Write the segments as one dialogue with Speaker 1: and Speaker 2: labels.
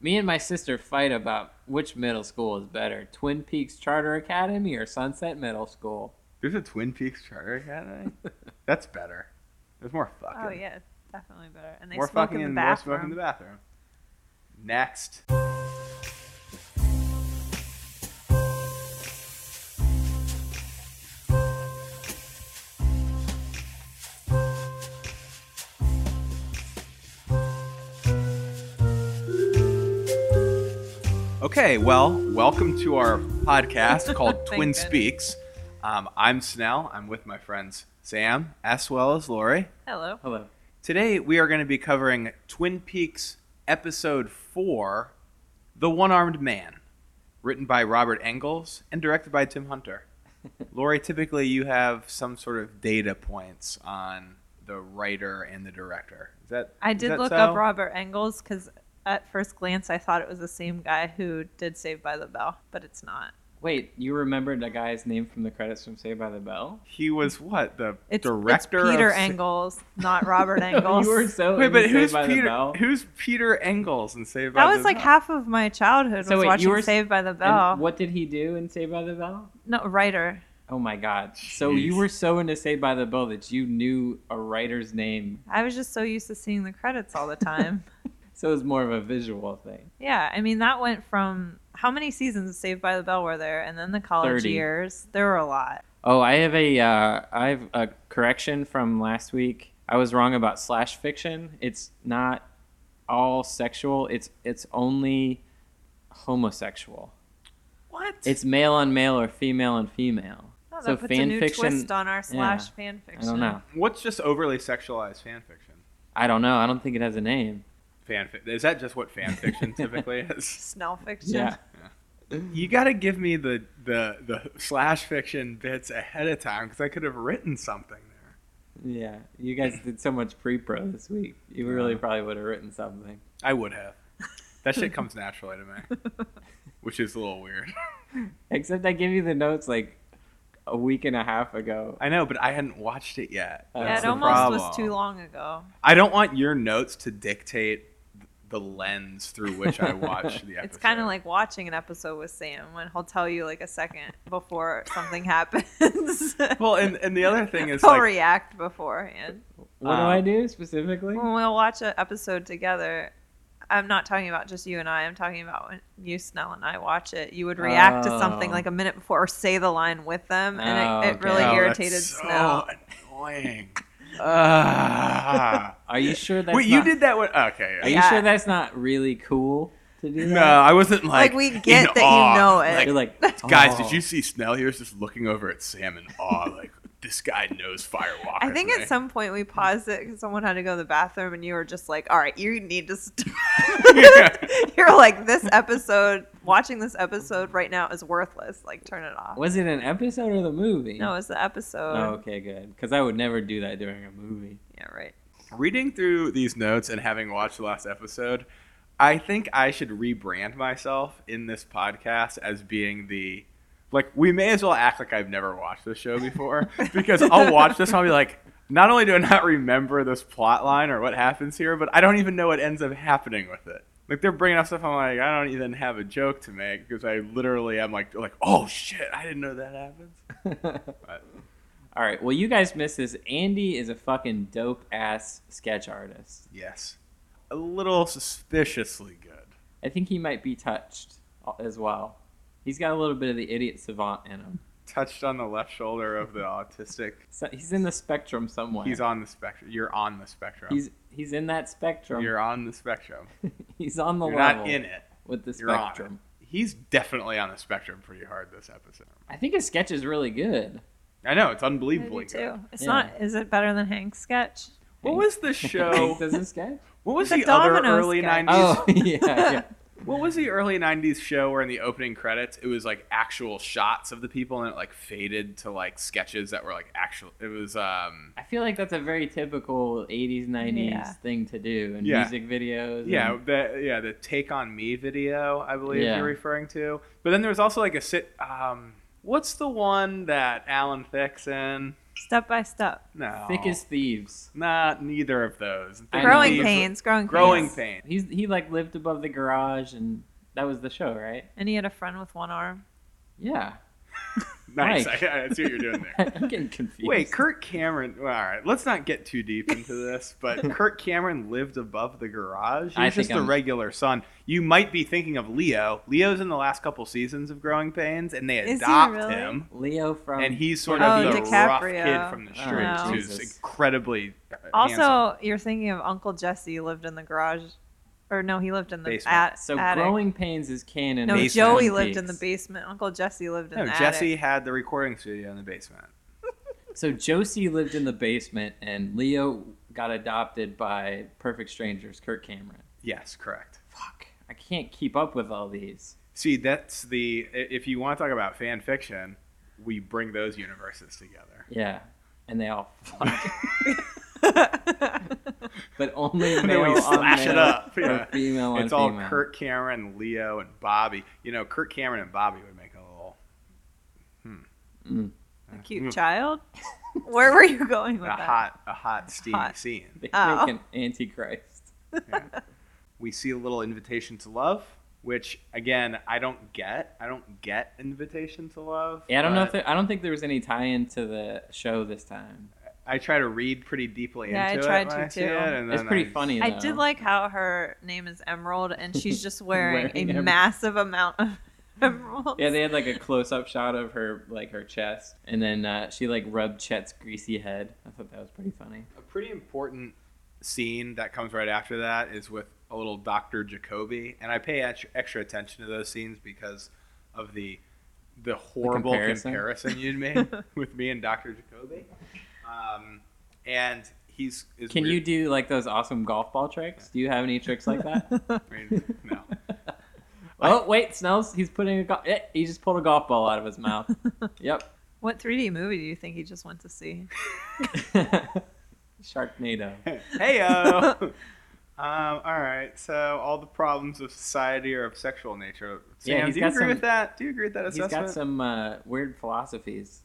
Speaker 1: Me and my sister fight about which middle school is better, Twin Peaks Charter Academy or Sunset Middle School.
Speaker 2: There's a Twin Peaks Charter Academy. That's better. There's more fucking.
Speaker 3: Oh yeah, definitely better. And they
Speaker 2: more
Speaker 3: smoke
Speaker 2: fucking
Speaker 3: in
Speaker 2: and
Speaker 3: the
Speaker 2: more smoke in
Speaker 3: bathroom.
Speaker 2: the bathroom. Next. Okay, well, welcome to our podcast called
Speaker 3: Thank
Speaker 2: Twin
Speaker 3: goodness.
Speaker 2: Speaks. Um, I'm Snell. I'm with my friends Sam, as well as Lori.
Speaker 3: Hello.
Speaker 1: Hello.
Speaker 2: Today we are going to be covering Twin Peaks episode 4, The One-Armed Man, written by Robert Engels and directed by Tim Hunter. Lori, typically you have some sort of data points on the writer and the director. Is that
Speaker 3: I
Speaker 2: is
Speaker 3: did
Speaker 2: that
Speaker 3: look
Speaker 2: so?
Speaker 3: up Robert Engels because at first glance I thought it was the same guy who did Saved by the Bell, but it's not.
Speaker 1: Wait, you remembered the guy's name from the credits from Saved by the Bell?
Speaker 2: He was what? The
Speaker 3: It's,
Speaker 2: director
Speaker 3: it's Peter
Speaker 2: of Sa-
Speaker 3: Engels, not Robert Engels.
Speaker 1: you were so
Speaker 2: Wait,
Speaker 1: into
Speaker 2: but who's
Speaker 1: Saved by the
Speaker 2: Peter?
Speaker 1: Bell.
Speaker 2: Who's Peter Engels and Saved by
Speaker 3: that
Speaker 2: the
Speaker 3: was like
Speaker 2: Bell?
Speaker 3: half of my childhood
Speaker 1: So
Speaker 3: was
Speaker 1: wait, you
Speaker 3: watching
Speaker 1: were s-
Speaker 3: Saved by the Bell.
Speaker 1: And what did he do in Saved by the Bell?
Speaker 3: No writer.
Speaker 1: Oh my God! So
Speaker 2: Jeez.
Speaker 1: you were so into Saved by the Bell that you knew a writer's name.
Speaker 3: I was just so used to seeing the credits all the time.
Speaker 1: So it was more of a visual thing.
Speaker 3: yeah, I mean that went from how many seasons of Saved by the Bell were there, and then the college
Speaker 1: 30.
Speaker 3: years. There were a lot.
Speaker 1: Oh, I have a uh, I have a correction from last week. I was wrong about slash fiction. It's not all sexual. It's it's only homosexual.
Speaker 2: what?
Speaker 1: It's male on male or female on female.
Speaker 3: Oh, that
Speaker 1: So
Speaker 3: puts a
Speaker 1: fan
Speaker 3: new
Speaker 1: fiction-
Speaker 3: twist on our slash fan
Speaker 1: I
Speaker 3: fiction.
Speaker 1: don't know.
Speaker 2: What's just overly sexualized fan fiction?
Speaker 1: I don't know. I don't think it has a name.
Speaker 2: Fan fi- is that just what fan fiction typically is?
Speaker 3: Snell fiction.
Speaker 1: Yeah.
Speaker 2: You got to give me the, the the slash fiction bits ahead of time because I could have written something there.
Speaker 1: Yeah, you guys did so much pre-pro this week. You really
Speaker 2: Yeah.
Speaker 1: probably would have written something.
Speaker 2: I would have. That shit comes naturally to me, which is a little weird.
Speaker 1: Except I gave you the notes like a week and a half ago.
Speaker 2: I know, but I hadn't watched it yet.
Speaker 1: Yeah,
Speaker 3: Yeah,
Speaker 2: That's
Speaker 3: it
Speaker 2: the
Speaker 3: almost
Speaker 2: problem.
Speaker 3: was too long ago.
Speaker 2: I don't want your notes to dictate the lens through which I watch the episode.
Speaker 3: It's kind of like watching an episode with Sam when he'll tell you like a second before something happens.
Speaker 2: well, and and the other thing is
Speaker 3: he'll
Speaker 2: like
Speaker 3: react beforehand.
Speaker 1: What do
Speaker 2: Um,
Speaker 1: I do specifically?
Speaker 3: When we'll watch an episode together, I'm not talking about just you and I. I'm talking about when you, Snell, and I watch it. You would react to something
Speaker 1: Oh.
Speaker 3: like a minute before or say the line with them, and
Speaker 1: Oh,
Speaker 3: it, it
Speaker 1: okay.
Speaker 3: really
Speaker 1: Oh,
Speaker 3: irritated
Speaker 2: that's
Speaker 3: Snell.
Speaker 2: So annoying. Ah.
Speaker 1: Are you sure that's
Speaker 2: Wait, you
Speaker 1: not-
Speaker 2: did that one? Okay.
Speaker 1: Are
Speaker 2: Yeah.
Speaker 3: Yeah.
Speaker 1: you sure that's not really cool to do that?
Speaker 2: No, I wasn't like.
Speaker 3: Like, we get
Speaker 2: in
Speaker 3: that you
Speaker 2: awe.
Speaker 3: know it.
Speaker 2: Like,
Speaker 1: You're like,
Speaker 2: guys,
Speaker 1: "Oh."
Speaker 2: did you see Snell here? Is just looking over at Sam in awe. Like, this guy knows Firewalker.
Speaker 3: I think at
Speaker 2: right?
Speaker 3: some point we paused it because someone had to go to the bathroom, and you were just like, "All right, you need to stop." You're like, "This episode, watching this episode right now is worthless. Like, turn it off."
Speaker 1: Was it an episode or the movie?
Speaker 3: No, it's the episode.
Speaker 1: Oh, okay, good. Because I would never do that during a movie.
Speaker 3: Yeah, right.
Speaker 2: Reading through these notes and having watched the last episode, I think I should rebrand myself in this podcast as being the. Like, we may as well act like I've never watched this show before because I'll watch this and I'll be like, not only do I not remember this plot line or what happens here, but I don't even know what ends up happening with it. Like they're bringing up stuff. I'm like, I don't even have a joke to make because I literally, I'm like, like, oh shit, I didn't know that happens. But
Speaker 1: All right. Well, you guys missed this. Andy is a fucking dope ass sketch artist.
Speaker 2: yes, a little suspiciously good.
Speaker 1: I think he might be touched as well. He's got a little bit of the idiot savant in him.
Speaker 2: Touched on the left shoulder of the autistic.
Speaker 1: So he's in the spectrum somewhere.
Speaker 2: He's on the spectrum. You're on the spectrum.
Speaker 1: He's he's in that spectrum.
Speaker 2: You're on the spectrum.
Speaker 1: he's on the
Speaker 2: You're
Speaker 1: level
Speaker 2: not in it.
Speaker 1: with the
Speaker 2: You're on
Speaker 1: spectrum.
Speaker 2: it. He's definitely on the spectrum pretty hard this episode.
Speaker 1: I think his sketch is really good.
Speaker 2: I know it's
Speaker 3: I do
Speaker 2: unbelievably good.
Speaker 3: too. It's
Speaker 1: Yeah.
Speaker 3: not. Is it better than Hank's sketch?
Speaker 2: What was the
Speaker 1: Hank
Speaker 2: show?
Speaker 1: does his sketch.
Speaker 2: What was
Speaker 3: The
Speaker 2: the, other
Speaker 3: Dominoes
Speaker 2: early
Speaker 3: guy.
Speaker 2: '90s?
Speaker 1: Oh yeah, yeah.
Speaker 2: What was the early '90s show where in the opening credits it was like actual shots of the people and it like faded to like sketches that were like actual? It was um
Speaker 1: I feel like that's a very typical '80s '90s
Speaker 3: Yeah.
Speaker 1: thing to do in
Speaker 2: Yeah.
Speaker 1: music videos. and-
Speaker 2: yeah the yeah the Take on Me video I believe
Speaker 1: Yeah.
Speaker 2: you're referring to. But then there was also like a sit um what's the one that Alan Thicke's in?
Speaker 3: Step by step.
Speaker 2: No.
Speaker 1: Thick as thieves.
Speaker 2: Nah, neither of those.
Speaker 1: I
Speaker 3: Growing
Speaker 1: know.
Speaker 3: pains. Growing
Speaker 2: Growing
Speaker 3: pains.
Speaker 2: pain.
Speaker 1: He's he like lived above the garage, and that was the show, right?
Speaker 3: And he had a friend with one arm.
Speaker 1: Yeah.
Speaker 2: Nice.
Speaker 1: Mike.
Speaker 2: I, I see what you're doing there.
Speaker 1: I'm getting confused.
Speaker 2: Wait, Kurt Cameron. All right, let's not get too deep into this, but Kurt Cameron lived above the garage. He's
Speaker 1: I think
Speaker 2: just a
Speaker 1: I'm-
Speaker 2: regular son. You might be thinking of Leo. Leo's in the last couple seasons of Growing Pains, and they
Speaker 3: Is he
Speaker 2: adopt
Speaker 3: really?
Speaker 2: him,
Speaker 1: Leo from
Speaker 2: and he's sort
Speaker 3: Oh,
Speaker 2: of the rough
Speaker 3: DiCaprio.
Speaker 2: kid from the
Speaker 1: Oh,
Speaker 2: streets
Speaker 3: no.
Speaker 2: who's
Speaker 1: Jesus.
Speaker 2: incredibly uh,
Speaker 3: Also,
Speaker 2: handsome.
Speaker 3: you're thinking of Uncle Jesse who lived in the garage, or no, he lived in the
Speaker 2: Basement.
Speaker 3: at,
Speaker 1: so
Speaker 3: attic.
Speaker 1: growing pains is canon.
Speaker 3: no,
Speaker 1: in
Speaker 2: basement.
Speaker 3: Joey
Speaker 1: Twin
Speaker 3: lived in the
Speaker 1: Peaks.
Speaker 3: basement. Uncle Jesse lived in
Speaker 2: No,
Speaker 3: the
Speaker 2: Jesse
Speaker 3: attic.
Speaker 2: had the recording studio in the basement.
Speaker 1: So Josie lived in the basement, and Leo got adopted by Perfect Strangers, Kurt Cameron.
Speaker 2: Yes, correct.
Speaker 1: Fuck, I can't keep up with all these.
Speaker 2: See, that's the i- if you want to talk about fan fiction, we bring those universes together.
Speaker 1: Yeah, and they all fuck, but only male
Speaker 2: And then we
Speaker 1: on
Speaker 2: slash
Speaker 1: male
Speaker 2: it up.
Speaker 1: or
Speaker 2: Yeah.
Speaker 1: female on
Speaker 2: It's all
Speaker 1: female.
Speaker 2: Kurt Cameron, Leo, and Bobby. You know, Kurt Cameron and Bobby would make a little hmm.
Speaker 3: a
Speaker 2: Mm.
Speaker 3: cute child. Where were you going with
Speaker 2: a
Speaker 3: that?
Speaker 2: hot a hot steamy
Speaker 3: Hot.
Speaker 2: scene.
Speaker 1: They
Speaker 3: Oh.
Speaker 1: make an antichrist.
Speaker 2: We see a little invitation to love, which again I don't get. I don't get invitation to love.
Speaker 1: Yeah, I don't know if
Speaker 2: but
Speaker 1: there, I don't think there was any tie-in to the show this time.
Speaker 2: I try to read pretty deeply
Speaker 3: Yeah, I
Speaker 2: into
Speaker 3: tried
Speaker 2: it. when
Speaker 3: to,
Speaker 2: I see
Speaker 3: too.
Speaker 2: It, and
Speaker 1: It's
Speaker 2: then
Speaker 1: pretty
Speaker 2: I-
Speaker 1: funny.
Speaker 3: I
Speaker 1: though.
Speaker 3: did like how her name is Emerald, and she's just wearing,
Speaker 1: Wearing
Speaker 3: a
Speaker 1: em-
Speaker 3: massive amount of emeralds.
Speaker 1: Yeah, they had like a close-up shot of her like her chest, and then uh, she like rubbed Chet's greasy head. I thought that was pretty funny.
Speaker 2: A pretty important scene that comes right after that is with a little Dr. Jacoby, and I pay ex- extra attention to those scenes because of the the horrible
Speaker 1: comparison?
Speaker 2: comparison. you'd made with me and Dr. Jacoby. Um, and he's is
Speaker 1: Can you
Speaker 2: weird.
Speaker 1: do like those awesome golf ball tricks? Do you have any tricks like that?
Speaker 2: I mean, no.
Speaker 1: oh wait, Snells, he's putting a go- eh, he just pulled a golf ball out of his mouth. yep.
Speaker 3: What 3D movie do you think he just went to see?
Speaker 1: Sharknado.
Speaker 2: Heyo. um, all right. So all the problems of society are of sexual nature.
Speaker 1: Yeah,
Speaker 2: Sam,
Speaker 1: he's
Speaker 2: do you
Speaker 1: got
Speaker 2: agree
Speaker 1: some-
Speaker 2: with that? Do you agree with that
Speaker 1: He's got
Speaker 2: assessment?
Speaker 1: some uh, weird philosophies.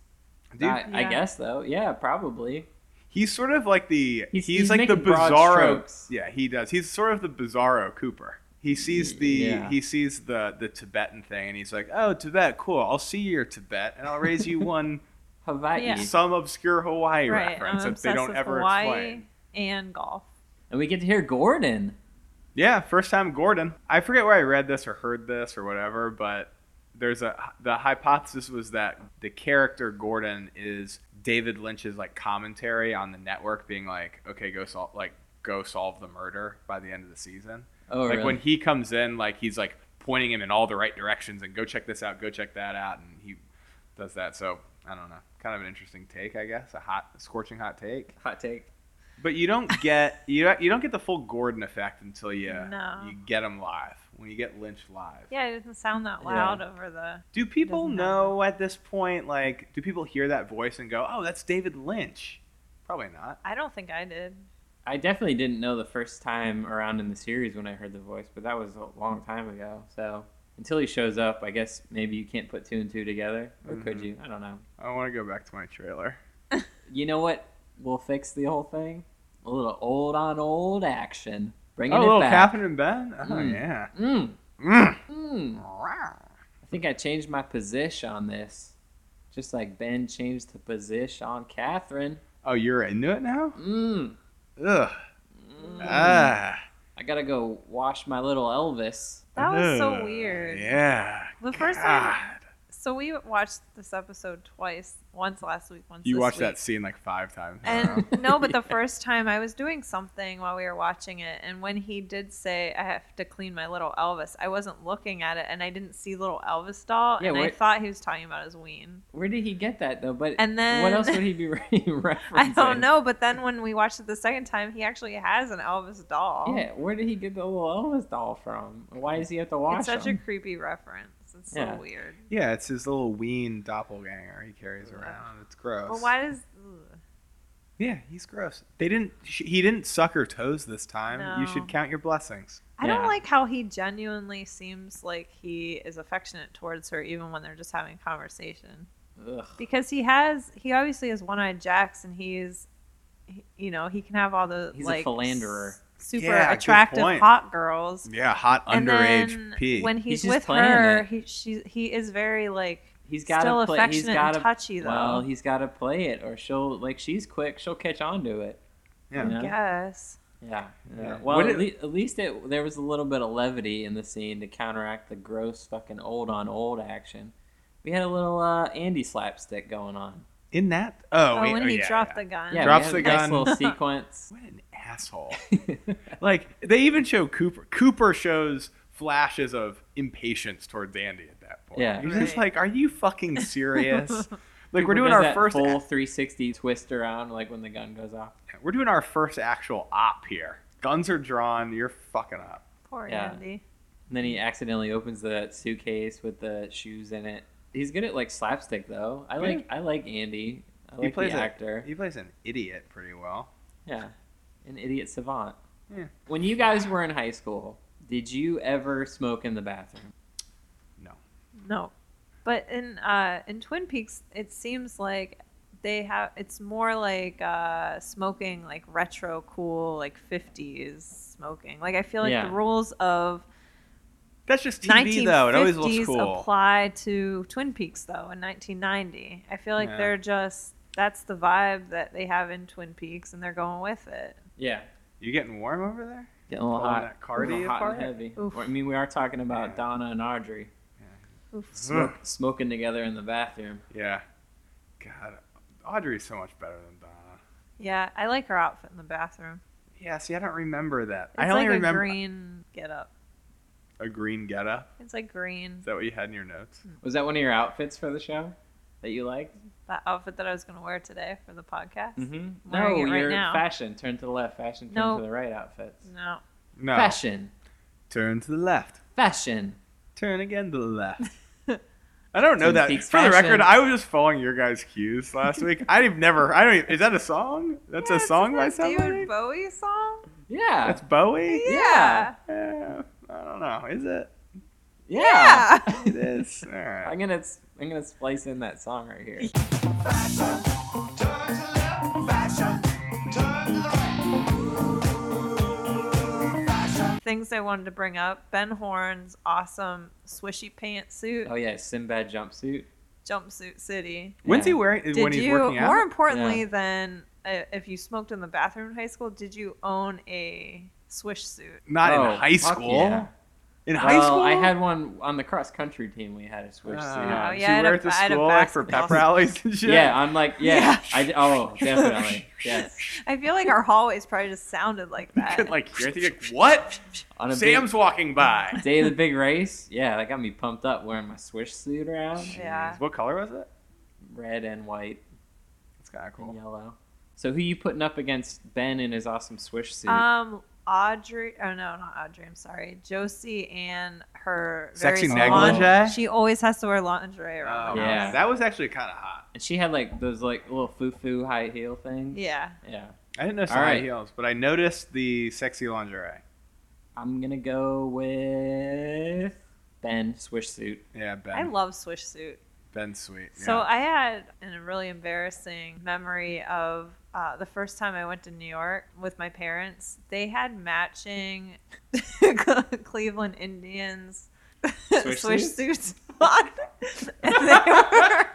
Speaker 2: Do you-
Speaker 1: I, I
Speaker 3: Yeah.
Speaker 1: guess though. Yeah, probably.
Speaker 2: He's sort of like the
Speaker 1: He's-
Speaker 2: he's,
Speaker 1: he's
Speaker 2: like the
Speaker 1: making broad
Speaker 2: bizarro.
Speaker 1: strokes.
Speaker 2: Yeah, he does. He's sort of the bizarro Cooper. He sees the
Speaker 1: Yeah.
Speaker 2: he sees the the Tibetan thing and he's like, "Oh, Tibet, cool. I'll see your Tibet and I'll raise you one
Speaker 1: Hawaii.
Speaker 3: Yeah.
Speaker 2: some obscure Hawaii
Speaker 3: right,
Speaker 2: reference
Speaker 3: I'm
Speaker 2: that they
Speaker 3: obsessed
Speaker 2: don't
Speaker 3: with
Speaker 2: ever
Speaker 3: Hawaii
Speaker 2: explain."
Speaker 3: and golf.
Speaker 1: And we get to hear Gordon.
Speaker 2: Yeah, first time Gordon. I forget where I read this or heard this or whatever, but there's a the hypothesis was that the character Gordon is David Lynch's like commentary on the network being like, "Okay, go solve like go solve the murder by the end of the season."
Speaker 1: Oh,
Speaker 2: like
Speaker 1: really?
Speaker 2: when he comes in, like he's like pointing him in all the right directions and go check this out, go check that out, and he does that. So I don't know, kind of an interesting take, I guess, a hot, scorching hot take.
Speaker 1: hot take.
Speaker 2: But you don't get you don't, you don't get the full Gordon effect until you
Speaker 3: No.
Speaker 2: you get him live when you get Lynch live.
Speaker 3: Yeah, it doesn't sound that
Speaker 1: Yeah.
Speaker 3: loud over the.
Speaker 2: Do people
Speaker 3: Doesn't
Speaker 2: know at this point? Like, do people hear that voice and go, "Oh, that's David Lynch"? Probably not.
Speaker 3: I don't think I did.
Speaker 1: I definitely didn't know the first time around in the series when I heard the voice, but that was a long time ago. So until he shows up, I guess maybe you can't put two and two together, or could
Speaker 2: Mhm.
Speaker 1: you? I don't know.
Speaker 2: I want to go back to my trailer.
Speaker 1: You know what? We'll fix the whole thing. A little old on old action, bringing
Speaker 2: oh,
Speaker 1: it
Speaker 2: little
Speaker 1: back.
Speaker 2: Captain and Ben. Oh
Speaker 1: Mm.
Speaker 2: yeah.
Speaker 1: Mm,
Speaker 2: Mm.
Speaker 1: mm. I think I changed my position on this, just like Ben changed the position on Catherine.
Speaker 2: Oh, you're into it now?
Speaker 1: Mm,
Speaker 2: Ugh.
Speaker 1: mm.
Speaker 2: Ah.
Speaker 1: I gotta go wash my little Elvis.
Speaker 3: That was so
Speaker 2: Ugh.
Speaker 3: weird.
Speaker 2: Uh, Yeah.
Speaker 3: The first time.
Speaker 2: God.
Speaker 3: So we watched this episode twice. Once last week, once
Speaker 2: You
Speaker 3: this
Speaker 2: watched
Speaker 3: week.
Speaker 2: that scene like five times.
Speaker 3: And
Speaker 1: Wow.
Speaker 3: no, but the
Speaker 1: Yeah.
Speaker 3: first time I was doing something while we were watching it, and when he did say, "I have to clean my little Elvis," I wasn't looking at it, and I didn't see little Elvis doll,
Speaker 1: Yeah,
Speaker 3: and I
Speaker 1: what-
Speaker 3: thought he was talking about his ween.
Speaker 1: Where did he get that though? But
Speaker 3: And then
Speaker 1: what else would he be re- referencing?
Speaker 3: I don't know, but then when we watched it the second time, he actually has an Elvis doll.
Speaker 1: Yeah, where did he get the little Elvis doll from? Why does he have to watch
Speaker 3: it's such a
Speaker 1: him?
Speaker 3: creepy reference. It's
Speaker 1: Yeah.
Speaker 3: so weird.
Speaker 2: yeah, it's his little ween doppelganger he carries around. It's gross.
Speaker 3: But why does? ugh.
Speaker 2: Yeah, he's gross. They didn't. sh- He didn't suck her toes this time. You
Speaker 3: No.
Speaker 2: should count your blessings.
Speaker 3: I
Speaker 1: Yeah.
Speaker 3: don't like how he genuinely seems like he is affectionate towards her, even when they're just having conversation.
Speaker 1: Ugh.
Speaker 3: because he has he obviously has one-eyed jacks and he's he- you know he can have all the
Speaker 1: He's a
Speaker 3: like
Speaker 1: philanderer. Mm.
Speaker 3: s- super
Speaker 2: Yeah, good
Speaker 3: attractive
Speaker 2: point.
Speaker 3: hot girls
Speaker 2: Yeah, hot
Speaker 3: And
Speaker 2: underage
Speaker 3: then
Speaker 2: P.
Speaker 3: when he's,
Speaker 1: He's just
Speaker 3: with
Speaker 1: playing
Speaker 3: her
Speaker 1: it.
Speaker 3: he she he is very like
Speaker 1: He's got
Speaker 3: still
Speaker 1: to play. He's
Speaker 3: affectionate
Speaker 1: got
Speaker 3: and touchy though
Speaker 1: Well, he's got to play it, or she'll like she's quick. She'll catch on to it.
Speaker 2: Yeah.
Speaker 1: you know?
Speaker 3: I guess
Speaker 1: Yeah.
Speaker 2: Yeah.
Speaker 1: Well,
Speaker 2: What
Speaker 1: at,
Speaker 2: it-
Speaker 1: le- at least it there was a little bit of levity in the scene to counteract the gross fucking old on old action. We had a little uh, Andy slapstick going on.
Speaker 2: In that? Oh,
Speaker 3: oh,
Speaker 2: wait,
Speaker 3: when
Speaker 2: oh,
Speaker 3: he
Speaker 2: yeah,
Speaker 3: dropped
Speaker 2: yeah.
Speaker 3: the gun
Speaker 1: Yeah,
Speaker 2: Drops
Speaker 1: we had
Speaker 2: the
Speaker 1: a nice
Speaker 2: gun.
Speaker 1: little sequence.
Speaker 2: What an asshole. like they even show Cooper. Cooper shows flashes of impatience towards Andy at that point.
Speaker 1: Yeah.
Speaker 2: he's just
Speaker 3: Right.
Speaker 2: like, "Are you fucking serious?" like
Speaker 1: Cooper
Speaker 2: we're doing
Speaker 1: does
Speaker 2: our
Speaker 1: that
Speaker 2: first,
Speaker 1: full 360 twist around, like when the gun goes off.
Speaker 2: we're doing our first actual op here. Guns are drawn. You're fucking up.
Speaker 3: poor
Speaker 1: Yeah.
Speaker 3: andy
Speaker 1: And then he accidentally opens the suitcase with the shoes in it. He's good at like slapstick though. I like I like Andy. I like
Speaker 2: plays
Speaker 1: the
Speaker 2: a-
Speaker 1: actor.
Speaker 2: He plays an idiot pretty well.
Speaker 1: Yeah, an idiot savant.
Speaker 2: Yeah.
Speaker 1: When you guys were in high school, did you ever smoke in the bathroom?
Speaker 3: no but in uh in twin peaks it seems like they have it's more like uh smoking like retro cool like 50s smoking like i feel like
Speaker 1: Yeah.
Speaker 3: the rules of
Speaker 2: That's just TV though. It always looks
Speaker 3: 1950s
Speaker 2: cool.
Speaker 3: apply to Twin Peaks though in 1990. I feel like
Speaker 2: Yeah.
Speaker 3: they're just that's the vibe that they have in Twin Peaks, and they're going with it.
Speaker 1: Yeah,
Speaker 2: you getting warm over there?
Speaker 1: getting a little
Speaker 2: Pulling
Speaker 1: hot,
Speaker 2: that Cardi
Speaker 1: a little hot
Speaker 2: apart?
Speaker 1: and heavy.
Speaker 3: Oof.
Speaker 1: Or, I mean, we are talking about
Speaker 2: Yeah.
Speaker 1: Donna and Audrey
Speaker 3: Oof.
Speaker 1: smoke, smoking together in the bathroom.
Speaker 2: Yeah. God, Audrey's so much better than Donna.
Speaker 3: Yeah, I like her outfit in the bathroom.
Speaker 2: Yeah, see, I don't remember that.
Speaker 3: It's
Speaker 2: I
Speaker 3: like
Speaker 2: only
Speaker 3: a
Speaker 2: remember
Speaker 3: green get up.
Speaker 2: a green getup.
Speaker 3: It's like green.
Speaker 2: Is that what you had in your notes?
Speaker 3: Mm.
Speaker 1: Was that one of your outfits for the show that you liked?
Speaker 3: That outfit that I was gonna wear today for the podcast.
Speaker 1: Mm-hmm.
Speaker 3: wearing
Speaker 1: No,
Speaker 3: it right
Speaker 1: your
Speaker 3: now.
Speaker 1: fashion. Turn to the left. Fashion. Turn
Speaker 3: No.
Speaker 1: to the right. Outfits.
Speaker 3: No,
Speaker 2: No.
Speaker 1: Fashion.
Speaker 2: Turn to the left.
Speaker 1: Fashion.
Speaker 2: Turn again to the left. I don't know
Speaker 1: Twin
Speaker 2: that.
Speaker 1: Peaks
Speaker 2: For the record,
Speaker 1: fashion.
Speaker 2: I was just following your guys' cues last week. I've never. I don't. Even, is that a song? That's
Speaker 3: Yeah,
Speaker 2: a
Speaker 3: it's
Speaker 2: song by
Speaker 3: just that
Speaker 2: somebody.
Speaker 3: David Bowie song.
Speaker 1: Yeah.
Speaker 2: That's Bowie.
Speaker 3: Yeah.
Speaker 1: Yeah.
Speaker 2: Yeah, I don't know. Is it?
Speaker 1: yeah.
Speaker 2: It is. All right.
Speaker 1: I'm gonna I'm gonna splice in that song right here.
Speaker 3: Things I wanted to bring up: Ben Horn's awesome swishy pantsuit,
Speaker 1: Oh yeah, Sinbad jumpsuit.
Speaker 3: jumpsuit city.
Speaker 2: When's he
Speaker 1: Yeah.
Speaker 2: wearing? Is
Speaker 3: did
Speaker 2: when he's
Speaker 3: you
Speaker 2: working out.
Speaker 3: more importantly
Speaker 1: Yeah.
Speaker 3: than uh, if you smoked in the bathroom in high school did you own a swish suit
Speaker 2: Not
Speaker 1: Oh,
Speaker 2: in high
Speaker 1: fuck
Speaker 2: school.
Speaker 1: yeah.
Speaker 2: In
Speaker 1: Well,
Speaker 2: high school.
Speaker 1: I had one on the cross country team. We had a switch
Speaker 3: Oh,
Speaker 2: Ah,
Speaker 1: suit.
Speaker 3: yeah,
Speaker 2: so
Speaker 3: I
Speaker 2: you
Speaker 3: had
Speaker 2: wear
Speaker 3: a-
Speaker 2: it to
Speaker 3: I had a
Speaker 2: school like for
Speaker 3: basketball
Speaker 2: pep
Speaker 3: suit.
Speaker 2: rallies and shit.
Speaker 1: Yeah. I'm like yeah.
Speaker 2: Yeah.
Speaker 1: I d- oh definitely yes.
Speaker 3: i feel like our hallways probably just sounded like
Speaker 2: You
Speaker 3: that
Speaker 2: could like hear it. you could- what?
Speaker 1: On a
Speaker 2: Sam's walking by.
Speaker 1: big, day of the big race. Yeah, that got me pumped up wearing my swish suit around.
Speaker 3: yeah
Speaker 2: What color was it?
Speaker 1: Red and white
Speaker 2: It's kind of
Speaker 1: and
Speaker 2: cool.
Speaker 1: yellow. So who you putting up against Ben in his awesome swish suit?
Speaker 3: um audrey oh no not audrey i'm sorry josie and her very
Speaker 2: Sexy
Speaker 3: small-
Speaker 2: negligee?
Speaker 3: she always has to wear lingerie
Speaker 2: Oh,
Speaker 3: around the
Speaker 1: Yeah.
Speaker 3: house.
Speaker 2: That was actually kind of hot.
Speaker 1: and she had like those like little foo foo high heel things.
Speaker 3: yeah
Speaker 1: Yeah.
Speaker 2: I didn't notice
Speaker 1: All
Speaker 2: the high
Speaker 1: right.
Speaker 2: heels, but I noticed the sexy lingerie.
Speaker 1: I'm gonna go with Ben swish suit.
Speaker 2: Yeah, Ben.
Speaker 3: i love swish suit
Speaker 2: Ben's sweet.
Speaker 3: So uh,
Speaker 2: yeah.
Speaker 3: I had a really embarrassing memory of uh, the first time I went to New York with my parents. They had matching Cleveland Indians
Speaker 1: Swish
Speaker 3: swish
Speaker 1: suits?
Speaker 3: suits on, and they were.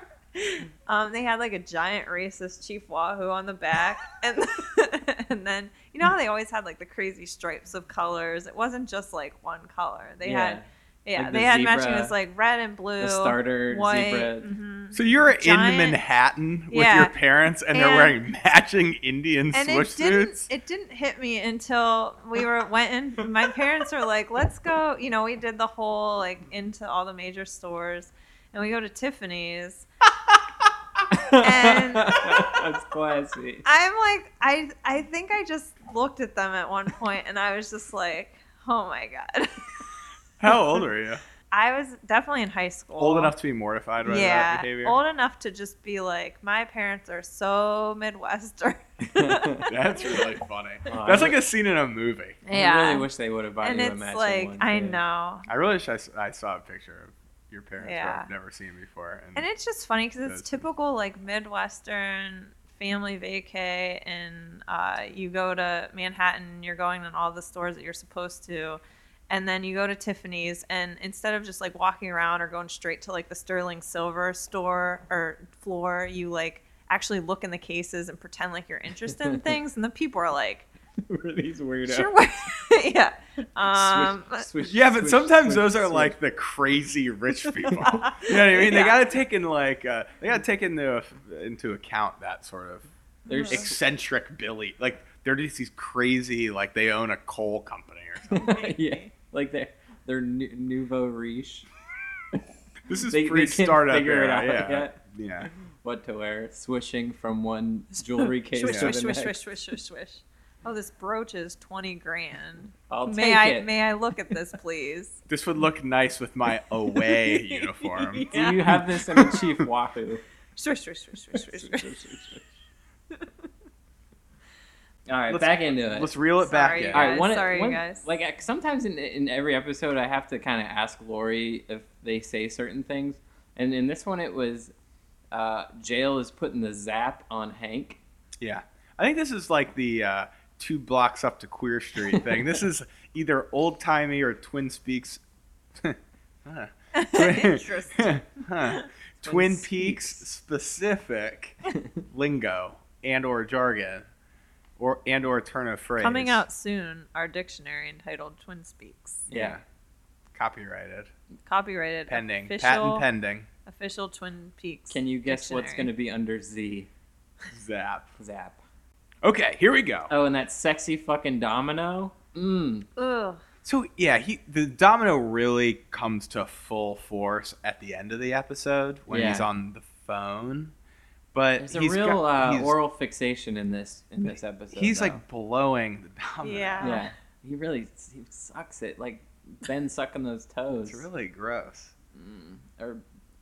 Speaker 3: Um, they had like a giant racist Chief Wahoo on the back, and and then you know how they always had like the crazy stripes of colors. It wasn't just like one color. They had yeah,
Speaker 1: Like the
Speaker 3: they had matching
Speaker 1: zebra-
Speaker 3: as like red and blue,
Speaker 1: the starter
Speaker 3: white.
Speaker 1: zebra.
Speaker 3: mhm.
Speaker 2: So you're
Speaker 3: Giant-
Speaker 2: in Manhattan with
Speaker 3: Yeah.
Speaker 2: your parents, and, they're
Speaker 3: And-
Speaker 2: wearing matching Indian
Speaker 3: and
Speaker 2: swish
Speaker 3: it didn't
Speaker 2: suits.
Speaker 3: it didn't hit me until we were went in my parents were like let's go you know we did the whole like into all the major stores and we go to tiffany's And-
Speaker 1: That's classy.
Speaker 3: i'm like i i think i just looked at them at one point and i was just like oh my god
Speaker 2: How old are you?
Speaker 3: i was definitely in high school
Speaker 2: Old enough to be mortified by that
Speaker 3: yeah
Speaker 2: behavior.
Speaker 3: old enough to just be like my parents are so midwestern
Speaker 2: That's really funny.
Speaker 1: Aw,
Speaker 2: That's
Speaker 1: I
Speaker 2: like a scene in a movie.
Speaker 1: I really wish they would have bought
Speaker 3: and
Speaker 1: you a
Speaker 3: it's
Speaker 1: matching
Speaker 3: like
Speaker 1: one.
Speaker 3: i
Speaker 1: too.
Speaker 3: know
Speaker 2: I really wish I, s- I saw a picture your parents
Speaker 3: Yeah.
Speaker 2: who have never seen before. And,
Speaker 3: And it's just funny because
Speaker 2: That's-
Speaker 3: it's typical like Midwestern family vacay, and uh, you go to Manhattan, you're going in all the stores that you're supposed to, and then you go to Tiffany's, and instead of just like walking around or going straight to like the Sterling Silver store or floor, you like actually look in the cases and pretend like you're interested in things, and the people are like,
Speaker 1: Were these weirdo?
Speaker 3: sure, yeah. Um,
Speaker 1: Swish, swish,
Speaker 2: yeah, but
Speaker 1: swish,
Speaker 2: sometimes
Speaker 1: swish,
Speaker 2: those are
Speaker 1: swish.
Speaker 2: like the crazy rich people. you know what I mean? They
Speaker 3: Yeah.
Speaker 2: gotta take in like uh, they gotta take into into account that sort of
Speaker 3: Hmm.
Speaker 1: There's-
Speaker 2: eccentric Billy. Like they're just these crazy like they own a coal company or something.
Speaker 1: yeah, like they're they're nu- nouveau riche.
Speaker 2: This is
Speaker 1: They- they can't
Speaker 2: pre-startup
Speaker 1: figure it
Speaker 2: era,
Speaker 1: out
Speaker 2: yeah.
Speaker 1: yet.
Speaker 2: Yeah.
Speaker 1: What to wear? Swishing from one jewelry case
Speaker 3: swish,
Speaker 1: to
Speaker 3: swish,
Speaker 1: the
Speaker 3: swish,
Speaker 1: next.
Speaker 3: swish, swish, swish, swish. Oh, this brooch is twenty grand.
Speaker 1: I'll
Speaker 3: may
Speaker 1: take
Speaker 3: I
Speaker 1: it.
Speaker 3: may I look at this, please?
Speaker 2: This would look nice with my away uniform.
Speaker 1: Do you have this in a cheap Wahoo?
Speaker 3: Swish, swish, swish, swish, swish, swish.
Speaker 1: All right,
Speaker 2: Let's-
Speaker 1: back into it.
Speaker 2: Let's reel it back
Speaker 3: Sorry,
Speaker 2: in.
Speaker 3: guys.
Speaker 1: All right, one,
Speaker 3: sorry, you
Speaker 1: one-
Speaker 3: guys.
Speaker 1: Like I- sometimes in, in every episode, I have to kind of ask Lori if they say certain things, and in this one, it was uh, Jail is putting the zap on Hank.
Speaker 2: Yeah. I think this is like the uh, two blocks up to Queer Street thing. this is either old timey or Twin Speaks. Huh.
Speaker 3: Interesting.
Speaker 1: Twin
Speaker 2: Huh. Twin Peaks
Speaker 1: Speaks.
Speaker 2: specific lingo and or jargon or and or turn of phrase.
Speaker 3: Coming out soon, our dictionary entitled Twin Speaks,
Speaker 2: Yeah. Copyrighted.
Speaker 3: copyrighted,
Speaker 2: Pending.
Speaker 3: official,
Speaker 2: Patent pending.
Speaker 3: official Twin Peaks.
Speaker 1: Can you guess what's going
Speaker 3: dictionary.
Speaker 1: to be under Z?
Speaker 2: Zap.
Speaker 1: Zap.
Speaker 2: Okay, here we go.
Speaker 1: Oh, and that sexy fucking domino. Mm.
Speaker 3: Ugh.
Speaker 2: So yeah, he the domino really comes to full force at the end of the episode when he's
Speaker 1: Yeah.
Speaker 2: on the phone. But
Speaker 1: There's a
Speaker 2: he's
Speaker 1: real
Speaker 2: got-
Speaker 1: uh,
Speaker 2: he's,
Speaker 1: oral fixation in this in this episode.
Speaker 2: he's
Speaker 1: though.
Speaker 2: like blowing the domino.
Speaker 3: Yeah.
Speaker 1: yeah. He really he sucks it like Ben sucking those toes.
Speaker 2: It's really gross.
Speaker 1: Mm. Or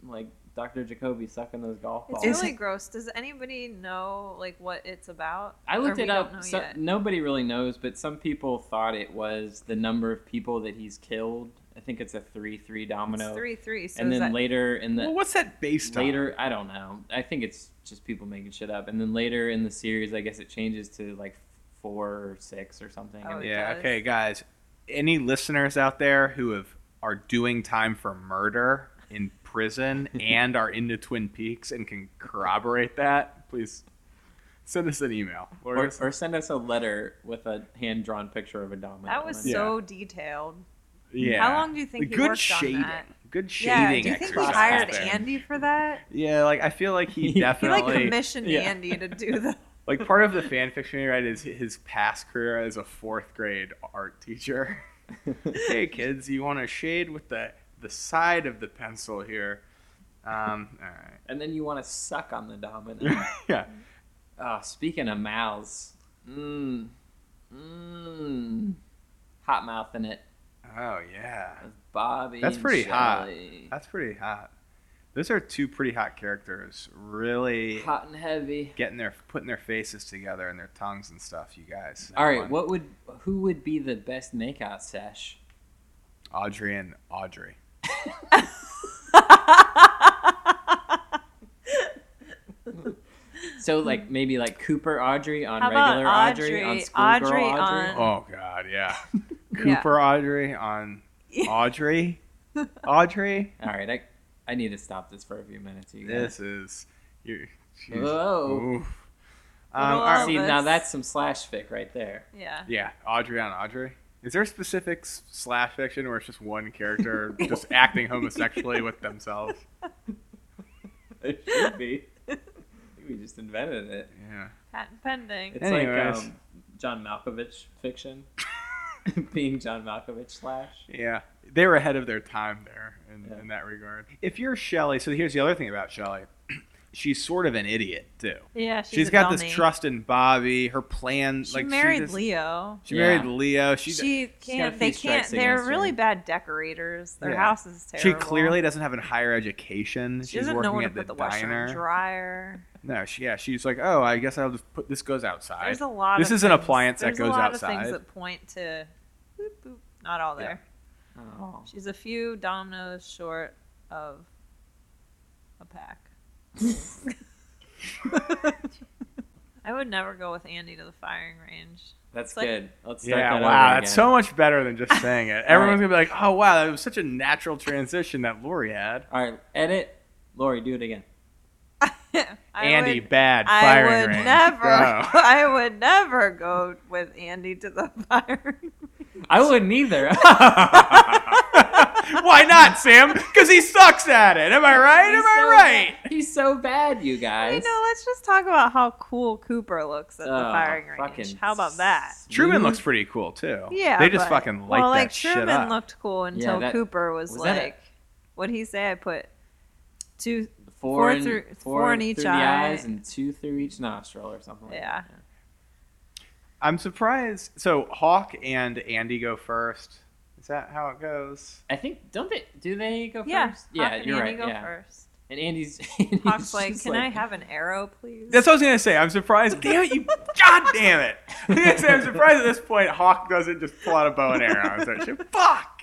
Speaker 1: like Dr. Jacoby sucking those golf balls.
Speaker 3: It's really gross. Does anybody know like what it's about?
Speaker 1: I looked it
Speaker 3: Or we don't
Speaker 1: up.
Speaker 3: know
Speaker 1: so,
Speaker 3: yet?
Speaker 1: nobody really knows, but some people thought it was the number of people that he's killed. I think it's a three-three domino.
Speaker 3: It's three three. So
Speaker 1: and
Speaker 3: is
Speaker 1: then
Speaker 3: that,
Speaker 1: later in
Speaker 2: well,
Speaker 1: the
Speaker 2: what's that based on?
Speaker 1: later, I don't know. I think it's just people making shit up. And then later in the series, I guess it changes to like four or six or something.
Speaker 3: Oh,
Speaker 1: And-
Speaker 3: it
Speaker 2: Yeah,
Speaker 3: does.
Speaker 2: okay, guys. Any listeners out there who have are doing time for murder in prison and are into Twin Peaks and can corroborate that, please send us an email.
Speaker 1: Or, or send us a letter with a hand-drawn picture of a domino.
Speaker 3: that was
Speaker 1: on it.
Speaker 2: Yeah.
Speaker 3: so detailed.
Speaker 2: yeah.
Speaker 3: How long do you think he
Speaker 2: good
Speaker 3: worked
Speaker 2: shading.
Speaker 3: on that?
Speaker 2: Good
Speaker 3: Yeah,
Speaker 2: shading.
Speaker 3: do you think he
Speaker 2: exercise
Speaker 3: hired
Speaker 2: there.
Speaker 3: Andy for that?
Speaker 2: Yeah, like I feel like he
Speaker 1: He, like,
Speaker 3: He like
Speaker 2: definitely like,
Speaker 3: commissioned
Speaker 1: yeah.
Speaker 3: Andy to do the
Speaker 2: part of the fan fiction he read is his past career as a fourth grade art teacher. hey kids, you want to shade with the the side of the pencil here? Um, all right.
Speaker 1: and then you want to suck on the domino.
Speaker 2: yeah.
Speaker 1: oh, speaking of mouths, mmm, mmm, hot mouthing it
Speaker 2: Oh yeah.
Speaker 1: with Bobby.
Speaker 2: That's
Speaker 1: and
Speaker 2: pretty hot.
Speaker 1: Shelley.
Speaker 2: That's pretty hot. Those are two pretty hot characters. Really
Speaker 1: Hot and heavy.
Speaker 2: getting their putting their faces together and their tongues and stuff. You guys.
Speaker 1: All right,
Speaker 2: Everyone.
Speaker 1: what would who would be the best makeout sesh?
Speaker 2: Audrey and Audrey.
Speaker 1: So like maybe like Cooper Audrey on
Speaker 3: Hmm. How about
Speaker 1: regular Audrey,
Speaker 3: Audrey-
Speaker 1: on schoolgirl
Speaker 3: Audrey
Speaker 1: Audrey.
Speaker 3: on-
Speaker 2: Oh God, yeah.
Speaker 3: Yeah.
Speaker 2: Cooper Audrey on Audrey. Audrey.
Speaker 1: All right, I I need to stop this for a few minutes. You guys.
Speaker 2: This is you.
Speaker 1: Whoa.
Speaker 2: Um, all
Speaker 3: Little-
Speaker 2: right.
Speaker 1: See now
Speaker 3: Elvis.
Speaker 1: that's some slash fic right there.
Speaker 3: Yeah.
Speaker 2: Yeah, Audrey on Audrey. Is there a specific s- slash fiction where it's just one character just acting homosexually with themselves?
Speaker 1: It should be. I think we just invented it.
Speaker 2: Yeah.
Speaker 3: Patent pending.
Speaker 1: It's
Speaker 2: Anyways.
Speaker 1: like um, John Malkovich fiction, being John Malkovich slash.
Speaker 2: Yeah, they were ahead of their time there in,
Speaker 1: Yeah.
Speaker 2: in that regard. If you're Shelley, so here's the other thing about Shelley, she's sort of an idiot too.
Speaker 3: Yeah, she's,
Speaker 2: she's
Speaker 3: a
Speaker 2: got
Speaker 3: dummy.
Speaker 2: this trust in Bobby. Her plans,
Speaker 3: She
Speaker 2: like
Speaker 3: married
Speaker 2: she just,
Speaker 3: Leo.
Speaker 2: She
Speaker 1: Yeah.
Speaker 2: married Leo. She
Speaker 3: She,
Speaker 2: she,
Speaker 1: got a
Speaker 3: can't.
Speaker 1: few
Speaker 3: They can't.
Speaker 1: strikes
Speaker 3: They're
Speaker 1: against her.
Speaker 3: really bad decorators. Their
Speaker 2: Yeah.
Speaker 3: house is terrible.
Speaker 2: clearly doesn't have a higher education.
Speaker 3: She
Speaker 2: She's
Speaker 3: doesn't
Speaker 2: working
Speaker 3: know where to
Speaker 2: at
Speaker 3: put the,
Speaker 2: the,
Speaker 3: washer
Speaker 2: diner.
Speaker 3: and dryer.
Speaker 2: No, she, yeah, she's like, oh, I guess I'll just put this goes outside.
Speaker 3: There's a lot.
Speaker 2: This
Speaker 3: of
Speaker 2: is an
Speaker 3: things-
Speaker 2: appliance that
Speaker 3: there's
Speaker 2: goes
Speaker 3: a lot Of
Speaker 2: outside.
Speaker 3: things that point to. Boop, boop. Not all
Speaker 2: Yeah.
Speaker 3: there.
Speaker 1: Oh.
Speaker 3: She's a few dominoes short of a pack. I would never go with Andy to the firing range.
Speaker 1: That's
Speaker 3: It's like-
Speaker 1: good. Let's start
Speaker 2: Yeah,
Speaker 1: that
Speaker 2: wow,
Speaker 1: over
Speaker 2: that's
Speaker 1: again.
Speaker 2: so much better than just saying it. Everyone's gonna be like, "Oh wow, that was such a natural transition that Lori had."
Speaker 1: All right, edit. Lori, do it again.
Speaker 3: I
Speaker 2: Andy,
Speaker 3: would,
Speaker 2: bad
Speaker 3: I
Speaker 2: firing
Speaker 3: would
Speaker 2: range.
Speaker 3: never.
Speaker 2: Go.
Speaker 3: I would never go with Andy to the firing.
Speaker 1: I wouldn't either.
Speaker 2: Why not, Sam? Because he sucks at it. Am I right? Am
Speaker 1: He's so
Speaker 2: I right?
Speaker 1: bad. He's so bad, you
Speaker 3: Wait,
Speaker 1: guys.
Speaker 3: no, let's just talk about how cool Cooper looks at the
Speaker 1: Oh,
Speaker 3: firing range.
Speaker 1: fucking
Speaker 3: How about that?
Speaker 2: Truman
Speaker 1: smooth.
Speaker 2: looks pretty cool too.
Speaker 3: Mm-hmm. Yeah,
Speaker 2: they just
Speaker 3: but-
Speaker 2: fucking light
Speaker 3: well,
Speaker 2: that
Speaker 3: like Truman
Speaker 2: shit up.
Speaker 3: looked cool until
Speaker 1: that-
Speaker 3: Cooper was,
Speaker 1: was that a-
Speaker 3: like, what would he say? I put two.
Speaker 1: four,
Speaker 3: Four
Speaker 1: in,
Speaker 3: through-
Speaker 1: four,
Speaker 3: four in
Speaker 1: through
Speaker 3: each
Speaker 1: the
Speaker 3: eye.
Speaker 1: eyes and two through each nostril or something. like
Speaker 3: Yeah.
Speaker 1: that.
Speaker 2: I'm surprised. So Hawk and Andy go first. Is that how it goes?
Speaker 1: I think don't they? Do they go
Speaker 3: Yeah,
Speaker 1: first? Yeah,
Speaker 3: Hawk and
Speaker 1: you're
Speaker 3: Andy
Speaker 1: right.
Speaker 3: Go
Speaker 1: yeah,
Speaker 3: first.
Speaker 1: and Andy's.
Speaker 3: Hawk's
Speaker 1: Hawk's
Speaker 3: like, can I have an arrow, please?
Speaker 2: That's what I was gonna say. I'm surprised. Damn it, you! God damn it! I'm, gonna say, I'm surprised at this point Hawk doesn't just pull out a bow and arrow. and start shooting. Fuck!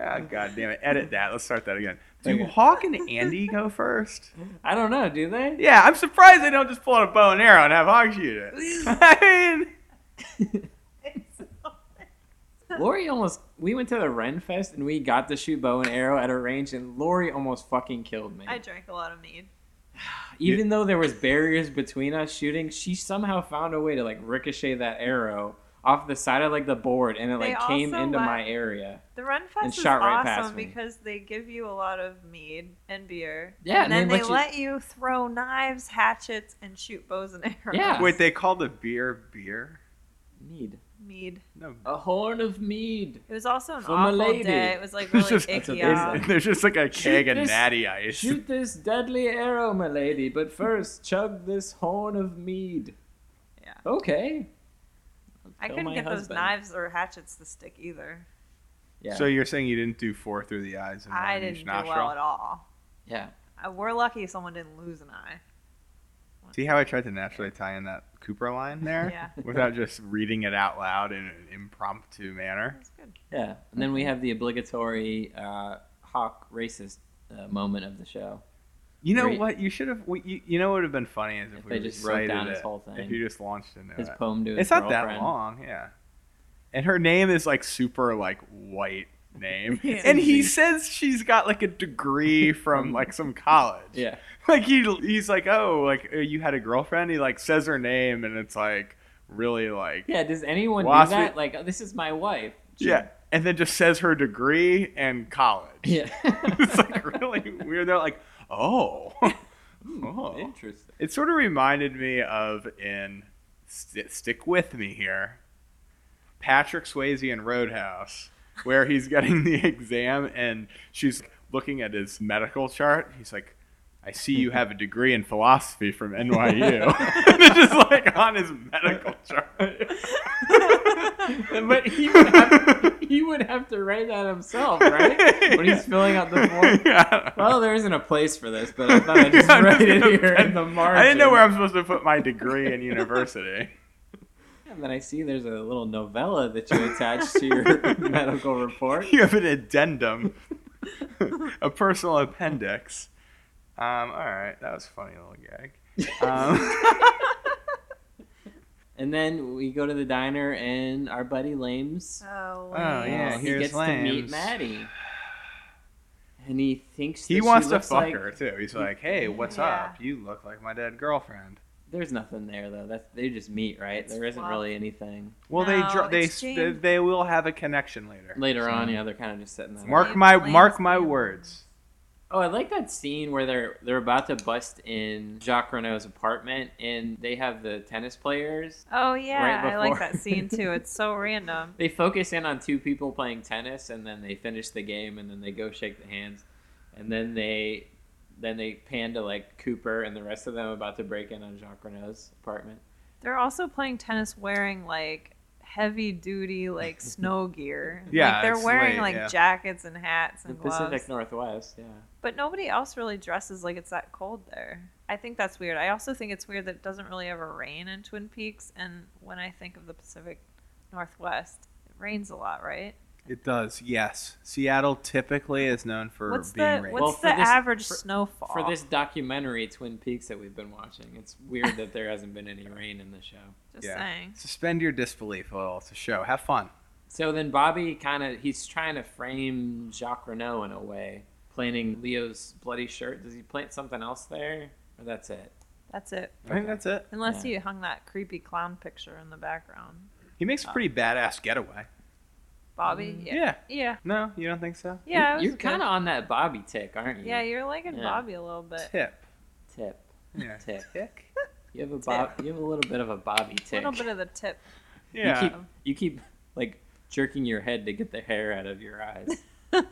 Speaker 2: Ah, God damn it! Edit that. Let's start that again. Do
Speaker 1: Okay.
Speaker 2: Hawk and Andy go first?
Speaker 1: I don't know. Do they?
Speaker 2: Yeah, I'm surprised they don't just pull out a bow and arrow and have Hawk shoot it. I mean,
Speaker 1: Lori almost. We went to the Ren Fest and we got to shoot bow and arrow at a range, and Lori almost fucking killed me.
Speaker 3: I drank a lot of mead.
Speaker 1: Even though there was barriers between us shooting, she somehow found a way to like ricochet that arrow off the side of like the board, and it
Speaker 3: They
Speaker 1: like came
Speaker 3: also
Speaker 1: into
Speaker 3: let-
Speaker 1: my area.
Speaker 3: The Run
Speaker 1: And
Speaker 3: Fest is
Speaker 1: shot right past
Speaker 3: awesome
Speaker 1: me.
Speaker 3: because they give you a lot of mead and beer.
Speaker 1: Yeah,
Speaker 3: and, then they, let, you... throw knives, hatchets, and shoot bows and arrows.
Speaker 1: Yeah.
Speaker 2: wait, they call the beer beer?
Speaker 1: mead.
Speaker 3: mead.
Speaker 2: No.
Speaker 1: A horn of mead.
Speaker 3: It was also an
Speaker 1: From a
Speaker 3: awful
Speaker 1: lady.
Speaker 3: day. It was like really
Speaker 2: It's just-
Speaker 3: icky.
Speaker 1: That's
Speaker 3: out.
Speaker 1: what
Speaker 2: There's just like a
Speaker 1: Shoot
Speaker 2: keg of
Speaker 1: this-
Speaker 2: natty ice.
Speaker 1: Shoot this deadly arrow, my lady, but first chug this horn of mead.
Speaker 3: Yeah.
Speaker 1: Okay.
Speaker 3: I
Speaker 1: Kill
Speaker 3: couldn't
Speaker 1: my
Speaker 3: get those
Speaker 1: husband.
Speaker 3: knives or hatchets to stick either.
Speaker 1: Yeah.
Speaker 2: So you're saying you didn't do four through the eyes and
Speaker 3: I
Speaker 2: one
Speaker 3: didn't
Speaker 2: each
Speaker 3: do
Speaker 2: nostril?
Speaker 3: well at all.
Speaker 1: yeah.
Speaker 3: Uh, we're lucky someone didn't lose an eye.
Speaker 2: See how I tried to naturally tie in that Cooper line there
Speaker 3: Yeah,
Speaker 2: without just reading it out loud in an impromptu manner?
Speaker 3: that's good.
Speaker 1: Yeah. And then we have the obligatory uh, hawk racist uh, moment of the show.
Speaker 2: You know
Speaker 1: Great.
Speaker 2: what? You should have. we- You, you know what would have been funny is if,
Speaker 1: If
Speaker 2: we
Speaker 1: they just wrote
Speaker 2: recited
Speaker 1: down
Speaker 2: it,
Speaker 1: his whole thing.
Speaker 2: If you just launched into
Speaker 1: His
Speaker 2: it.
Speaker 1: poem to his
Speaker 2: It's not
Speaker 1: girlfriend.
Speaker 2: that long, yeah. And her name is like super like white name,
Speaker 3: Yeah.
Speaker 2: and he says she's got like a degree from like some college.
Speaker 1: Yeah.
Speaker 2: like he he's like oh like uh, you had a girlfriend he like says her name and it's like really like yeah,
Speaker 1: Yeah. Does anyone
Speaker 2: Well, I
Speaker 1: do that?
Speaker 2: see-
Speaker 1: Like, oh, this is my wife.
Speaker 2: and then just says her degree and college
Speaker 1: Yeah.
Speaker 2: it's like really weird they're like oh oh
Speaker 1: Hmm, Interesting.
Speaker 2: it sort of reminded me of in st- stick with me here Patrick Swayze in Roadhouse where he's getting the exam and she's looking at his medical chart he's like I see you have a degree in philosophy from NYU. and it's just like on his medical
Speaker 1: But he would, have,
Speaker 2: chart.
Speaker 1: he would have to write that himself, right? When he's filling out the form.
Speaker 2: Yeah.
Speaker 1: Well, there isn't a place for this, but I thought I'd just
Speaker 2: I'm
Speaker 1: write
Speaker 2: just
Speaker 1: it
Speaker 2: gonna
Speaker 1: here
Speaker 2: pen-
Speaker 1: in the margin.
Speaker 2: I didn't know where I'm supposed to put my degree in university.
Speaker 1: And then I see there's a little novella that you attach to your medical report.
Speaker 2: You have an addendum, a personal appendix. Um, all right, that was a funny little gag. Um,
Speaker 1: And then we go to the diner, and our buddy Lames.
Speaker 3: Oh,
Speaker 2: Oh, yeah,
Speaker 1: uh, he
Speaker 2: here's
Speaker 1: gets to meet
Speaker 2: Lames.
Speaker 1: Maddie, and he thinks that
Speaker 2: he wants
Speaker 1: she
Speaker 2: to
Speaker 1: looks
Speaker 2: fuck
Speaker 1: like-
Speaker 2: her too. He's like, "Hey, what's
Speaker 3: Yeah.
Speaker 2: up? You look like my dead girlfriend."
Speaker 1: There's nothing there though. That's they just meet, right?
Speaker 3: It's
Speaker 1: there isn't
Speaker 3: fluff.
Speaker 1: really anything
Speaker 2: Well,
Speaker 3: No,
Speaker 2: they dro- they,
Speaker 3: it's
Speaker 2: they
Speaker 3: James.
Speaker 2: they will have a connection later.
Speaker 1: later
Speaker 2: So-
Speaker 1: on. Yeah, they're kind of just sitting there.
Speaker 2: Mark
Speaker 3: James
Speaker 2: my
Speaker 3: Lane's
Speaker 2: mark my
Speaker 3: family.
Speaker 2: words.
Speaker 1: Oh, I like that scene where they're they're about to bust in Jacques Renault's apartment, and they have the tennis players.
Speaker 3: Oh yeah,
Speaker 1: Right
Speaker 3: I like
Speaker 1: before.
Speaker 3: that scene too. It's so random.
Speaker 1: They focus in on two people playing tennis, and then they finish the game, and then they go shake the hands, and then they then they pan to like Cooper and the rest of them about to break in on Jacques Renault's apartment.
Speaker 3: They're also playing tennis wearing like heavy duty like snow gear.
Speaker 2: Yeah,
Speaker 3: like, they're
Speaker 2: it's
Speaker 3: wearing
Speaker 2: late,
Speaker 3: like
Speaker 2: yeah.
Speaker 3: jackets and hats
Speaker 1: The
Speaker 3: and gloves.
Speaker 1: Pacific Northwest, yeah.
Speaker 3: But nobody else really dresses like it's that cold there. I think that's weird. I also think it's weird that it doesn't really ever rain in Twin Peaks. And when I think of the Pacific Northwest, it rains a lot, right?
Speaker 2: It does. Yes. Seattle typically is known for
Speaker 3: What's
Speaker 2: being
Speaker 3: the
Speaker 2: rainy.
Speaker 3: what's
Speaker 1: Well, for
Speaker 3: the
Speaker 1: this-
Speaker 3: average
Speaker 1: for-
Speaker 3: snowfall?
Speaker 1: For this documentary, Twin Peaks, that we've been watching, it's weird that there hasn't been any rain in the show.
Speaker 3: just
Speaker 2: yeah.
Speaker 3: saying.
Speaker 2: Suspend your disbelief a little. It's a show. Have fun.
Speaker 1: So then Bobby kind of he's trying to frame Jacques Renault in a way, planting Leo's bloody shirt. Does he plant something else there, or that's it?
Speaker 3: That's it.
Speaker 2: I think that's it.
Speaker 3: Unless
Speaker 1: Yeah.
Speaker 3: you hung that creepy clown picture in the background.
Speaker 2: He makes a pretty badass getaway.
Speaker 3: Bobby?
Speaker 1: Mm.
Speaker 3: yeah.
Speaker 2: Yeah.
Speaker 3: Yeah.
Speaker 2: No, you don't think so?
Speaker 3: Yeah.
Speaker 1: you're kind of on that Bobby tick, aren't you?
Speaker 3: Yeah, you're liking
Speaker 1: Yeah.
Speaker 3: Bobby a little bit.
Speaker 2: Tip.
Speaker 1: Tip,
Speaker 2: Yeah.
Speaker 1: tip.
Speaker 2: Tick.
Speaker 1: You have a bob. You have a little bit of a Bobby
Speaker 3: A
Speaker 1: tick.
Speaker 3: little bit of the tip.
Speaker 2: Yeah.
Speaker 1: You keep you keep like jerking your head to get the hair out of your eyes.
Speaker 3: you